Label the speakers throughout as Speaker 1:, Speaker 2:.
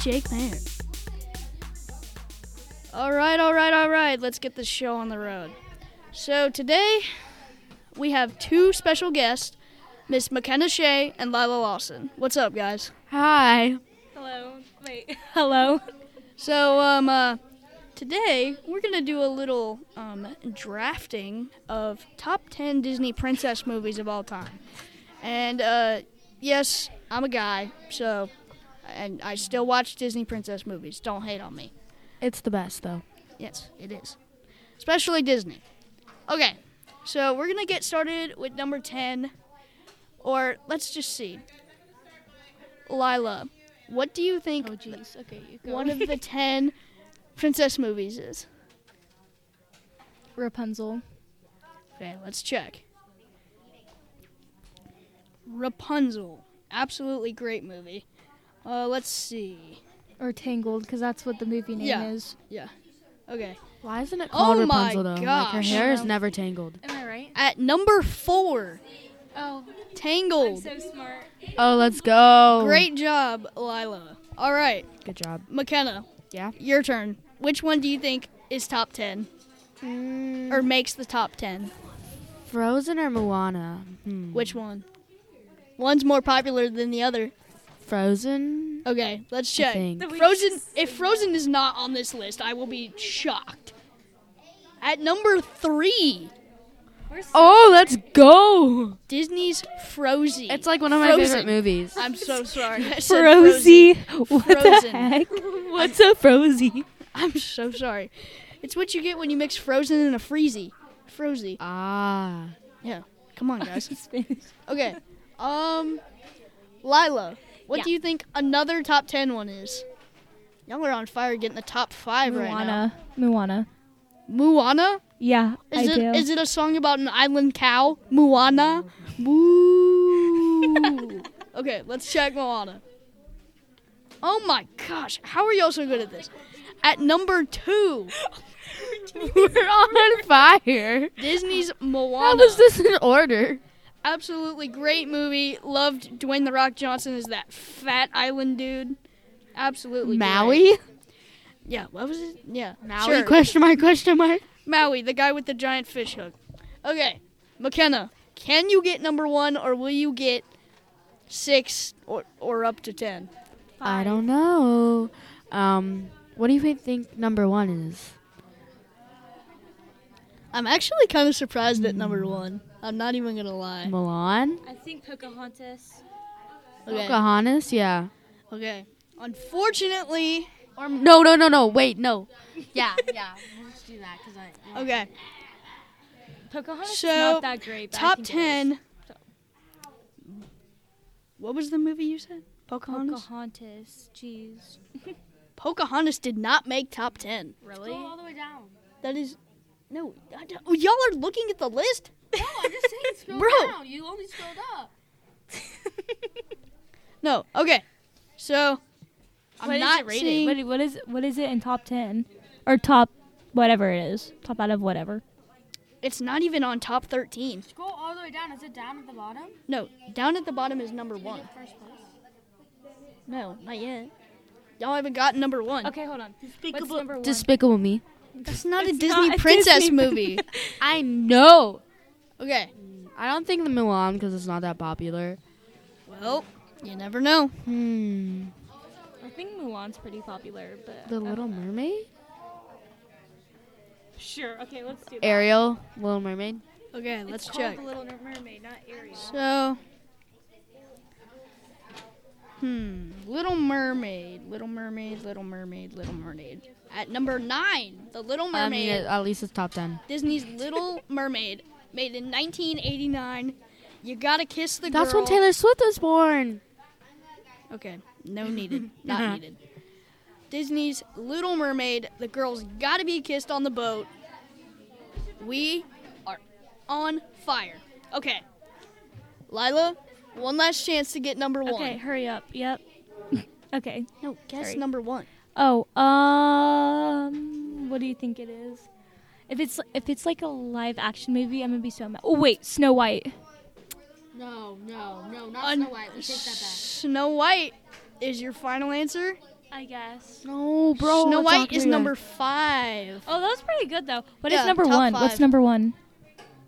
Speaker 1: Jake Mayer. All right, all right, all right. Let's get this show on the road. So today we have two special guests, Miss McKenna Shea and Lila Lawson. What's up, guys?
Speaker 2: Hi.
Speaker 3: Hello. Wait. Hello.
Speaker 1: So um, uh, today we're gonna do a little um, drafting of top ten Disney princess movies of all time. And uh, yes, I'm a guy, so and I still watch Disney princess movies. Don't hate on me.
Speaker 2: It's the best though.
Speaker 1: Yes, it is. Especially Disney. Okay, so we're going to get started with number 10. Or let's just see. Lila, what do you think
Speaker 2: jeez. Okay, you
Speaker 1: one of the 10 princess movies is?
Speaker 3: Rapunzel.
Speaker 1: Okay, let's check. Rapunzel. Absolutely great movie. Uh, let's see.
Speaker 3: Or Tangled, because that's what the movie name
Speaker 1: Yeah.
Speaker 3: is.
Speaker 1: Okay.
Speaker 2: Why isn't it
Speaker 1: Oh
Speaker 2: called
Speaker 1: my
Speaker 2: Rapunzel though? Like her
Speaker 1: gosh.
Speaker 2: hair is never tangled.
Speaker 3: Am I right?
Speaker 1: At number four,
Speaker 3: Oh,
Speaker 1: Tangled.
Speaker 3: smart.
Speaker 2: Oh, let's go.
Speaker 1: Great job, Lila. All right,
Speaker 2: Good job.
Speaker 1: McKenna.
Speaker 2: Yeah.
Speaker 1: Your turn. Which one do you think is top 10 or makes the top 10?
Speaker 2: Mm, Frozen or Moana? Hmm.
Speaker 1: Which one? One's more popular than the other.
Speaker 2: Frozen?
Speaker 1: Okay, let's
Speaker 2: I
Speaker 1: check.
Speaker 2: think.
Speaker 1: Frozen if Frozen is not on this list, I will be shocked. At number 3,
Speaker 2: Oh, let's go.
Speaker 1: Disney's Frozen.
Speaker 2: It's like one of my
Speaker 1: Frozen.
Speaker 2: favorite movies.
Speaker 1: I'm so sorry. I said
Speaker 4: Frozy. What the
Speaker 1: Frozen.
Speaker 4: heck? What's a frozy?
Speaker 1: I'm so sorry. It's what you get when you mix Frozen and a Freezy. Frozy.
Speaker 2: Ah.
Speaker 1: Yeah. Come on, guys. Okay. Um, Lila, what do you think another top ten one is? Y'all are on fire getting the top five right now.
Speaker 3: Moana. Moana.
Speaker 1: Moana?
Speaker 3: Yeah,
Speaker 1: Is
Speaker 3: I
Speaker 1: it
Speaker 3: do.
Speaker 1: is it a song about an island cow? Moana? Moo. okay, let's check Moana. Oh my gosh, how are y'all so good at this? At number two,
Speaker 2: We're on fire.
Speaker 1: Disney's
Speaker 2: How
Speaker 1: Moana.
Speaker 2: is this in order?
Speaker 1: absolutely great movie. Loved Dwayne the Rock Johnson as that fat island dude. Absolutely great.
Speaker 2: Maui?
Speaker 1: Yeah, what was it? Yeah,
Speaker 2: Maui?
Speaker 1: sure.
Speaker 2: Question mark, question mark.
Speaker 1: Maui, the guy with the giant fish hook. Okay, McKenna, can you get number one, or will you get six or or up to ten?
Speaker 2: I don't know. Um, what do you think number one is?
Speaker 1: I'm actually kind of surprised at number one. I'm not even gonna
Speaker 2: Uh,
Speaker 1: lie.
Speaker 2: Milan?
Speaker 5: I think Pocahontas.
Speaker 1: Okay,
Speaker 2: Pocahontas? Yeah.
Speaker 1: okay. Unfortunately,
Speaker 2: Or no, no, no, no. Wait, no. Yeah, yeah. Let's do that because I.
Speaker 1: okay.
Speaker 5: Pocahontas
Speaker 1: So,
Speaker 5: is not that great. But I
Speaker 1: Top
Speaker 5: think it
Speaker 1: ten. What was the movie you said?
Speaker 5: is.
Speaker 1: Pocahontas.
Speaker 5: Pocahontas. Jeez.
Speaker 1: Pocahontas did not make top ten.
Speaker 5: Really? Go all the way down.
Speaker 1: That is, no. I don't- oh, Y'all are looking at the list.
Speaker 5: No, I'm just saying scroll
Speaker 1: Bro.
Speaker 5: down. You only scrolled up.
Speaker 1: No. Okay. So I'm
Speaker 3: What is
Speaker 1: not
Speaker 3: it rated?
Speaker 1: seeing.
Speaker 3: What, what is what is it in top ten or top whatever it is? Top out of whatever.
Speaker 1: It's not even on top 13.
Speaker 5: Scroll all the way down. Is it down at the bottom?
Speaker 1: No, down at the bottom is number one.
Speaker 5: First place.
Speaker 1: No, not yet. Y'all haven't gotten number one.
Speaker 5: Okay, hold on. What's
Speaker 3: Despicable-
Speaker 5: number one?
Speaker 2: Despicable Me.
Speaker 1: That's not a
Speaker 3: It's
Speaker 1: Disney
Speaker 3: not a
Speaker 1: princess
Speaker 3: Disney-
Speaker 1: movie.
Speaker 2: I know.
Speaker 1: okay.
Speaker 2: I don't think the Milan because it's not that popular.
Speaker 1: Well, you never know.
Speaker 2: Hmm.
Speaker 3: I think Mulan's pretty popular, but
Speaker 2: The Little Mermaid.
Speaker 5: Sure. Okay, let's do that.
Speaker 2: Ariel. Little Mermaid.
Speaker 1: Okay,
Speaker 5: It's
Speaker 1: let's
Speaker 5: called
Speaker 1: check.
Speaker 5: The Little Mermaid, not Ariel.
Speaker 1: So, hmm, Little Mermaid, Little Mermaid, Little Mermaid, Little Mermaid. At number nine, The Little
Speaker 2: I mean,
Speaker 1: Mermaid.
Speaker 2: at at least it's top ten.
Speaker 1: Disney's Little Mermaid, made in 1989. You gotta kiss the
Speaker 2: That's
Speaker 1: girl.
Speaker 2: when Taylor Swift was born.
Speaker 1: Okay, no needed, not needed. Disney's Little Mermaid. The girls gotta be kissed on the boat. We are on fire. Okay, Lila, one last chance to get number one.
Speaker 3: okay, hurry up. Yep. okay.
Speaker 1: No, guess
Speaker 3: Sorry.
Speaker 1: number one.
Speaker 3: Oh, um, what do you think it is? If it's if it's like a live action movie, I'm gonna be so mad. Oh wait, Snow White.
Speaker 1: Snow White is your final answer?
Speaker 3: I guess.
Speaker 2: No, bro.
Speaker 1: Snow
Speaker 2: it's
Speaker 1: White is
Speaker 2: Aquaman.
Speaker 1: number five.
Speaker 3: Oh, that was pretty good though. What is
Speaker 1: Yeah,
Speaker 3: number
Speaker 1: top
Speaker 3: one?
Speaker 1: five.
Speaker 3: What's number one?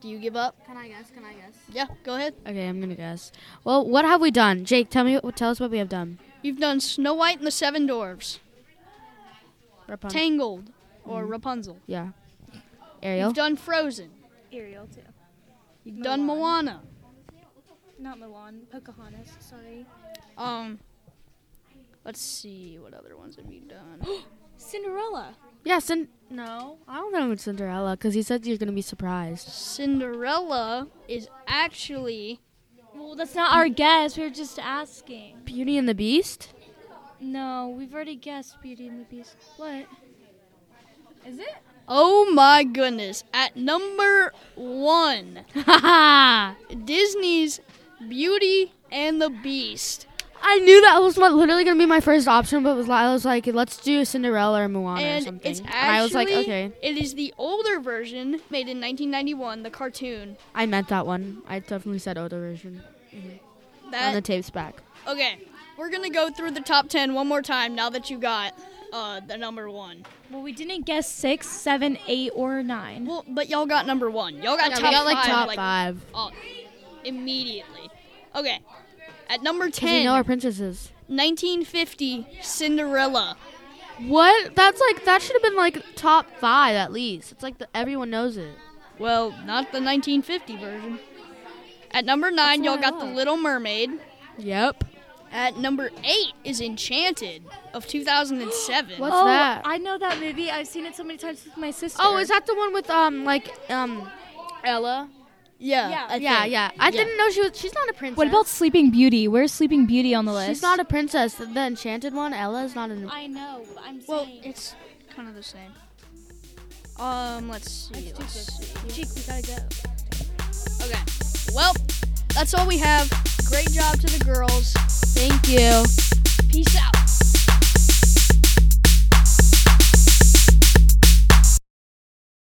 Speaker 1: Do you give up?
Speaker 5: Can I guess? Can I guess?
Speaker 1: Yeah, go ahead.
Speaker 2: Okay, I'm gonna guess. Well, what have we done, Jake? Tell me. Tell us what we have done.
Speaker 1: You've done Snow White and the Seven Dwarfs,
Speaker 2: Rapunzel.
Speaker 1: Tangled, or Rapunzel.
Speaker 2: yeah. Ariel.
Speaker 1: You've done Frozen.
Speaker 5: Ariel too.
Speaker 1: You've done Moana.
Speaker 5: Not Milan. Pocahontas. Sorry.
Speaker 1: Um, let's see what other ones have you done.
Speaker 5: Cinderella.
Speaker 2: yeah. Cin- no, I don't know. It's Cinderella because he said you're gonna be surprised.
Speaker 1: Cinderella is actually
Speaker 3: Well, that's not our guess. We were just asking.
Speaker 2: Beauty and the Beast.
Speaker 3: No, we've already guessed Beauty and the Beast. What?
Speaker 5: Is it?
Speaker 1: oh my goodness at number one.
Speaker 2: Ha ha!
Speaker 1: Disney's Beauty and the Beast,
Speaker 2: I knew that was my, literally gonna be my first option, but was, li- I was like, let's do Cinderella or Moana or
Speaker 1: and
Speaker 2: Oh, something.
Speaker 1: it's actually
Speaker 2: and I was like, okay,
Speaker 1: it is the older version made in 1991, the cartoon.
Speaker 2: I meant that one. I definitely said older version on the
Speaker 1: That
Speaker 2: tapes back.
Speaker 1: okay. We're gonna go through the top ten one more time now that you got uh, the number one.
Speaker 3: Well, we didn't guess six, seven, eight, or nine.
Speaker 1: Well, but y'all got number one. Y'all got
Speaker 2: Yeah, we
Speaker 1: top
Speaker 2: got like
Speaker 1: five,
Speaker 2: top
Speaker 1: like,
Speaker 2: five.
Speaker 1: all- immediately. Okay, at number
Speaker 2: 'Cause we
Speaker 1: ten,
Speaker 2: know our princesses.
Speaker 1: 1950 Cinderella.
Speaker 2: What? That's like that should have been like top five at least. It's like the, everyone knows it.
Speaker 1: Well, not the 1950 version. At number nine, y'all
Speaker 2: That's what I
Speaker 1: got The
Speaker 2: thought.
Speaker 1: Little Mermaid.
Speaker 2: Yep.
Speaker 1: At number eight is Enchanted of 2007.
Speaker 2: What? What's
Speaker 3: oh,
Speaker 2: that?
Speaker 3: I know that movie. I've seen it so many times with my sister.
Speaker 2: Oh, is that the one with um like um Ella?
Speaker 1: Yeah.
Speaker 3: Yeah.
Speaker 1: I
Speaker 2: yeah,
Speaker 1: think.
Speaker 2: yeah. I didn't know she was. She's not a princess.
Speaker 3: What about Sleeping Beauty? Where's Sleeping Beauty on the list?
Speaker 2: She's not a princess. The the enchanted one, Ella is not an.
Speaker 3: I know. but I'm
Speaker 1: Well,
Speaker 3: saying.
Speaker 1: it's kind of the same. Um, let's see. Let's see.
Speaker 3: Jake, we gotta go.
Speaker 1: Okay. Well, that's all we have. Great job to the girls.
Speaker 2: Thank you.
Speaker 1: Peace out.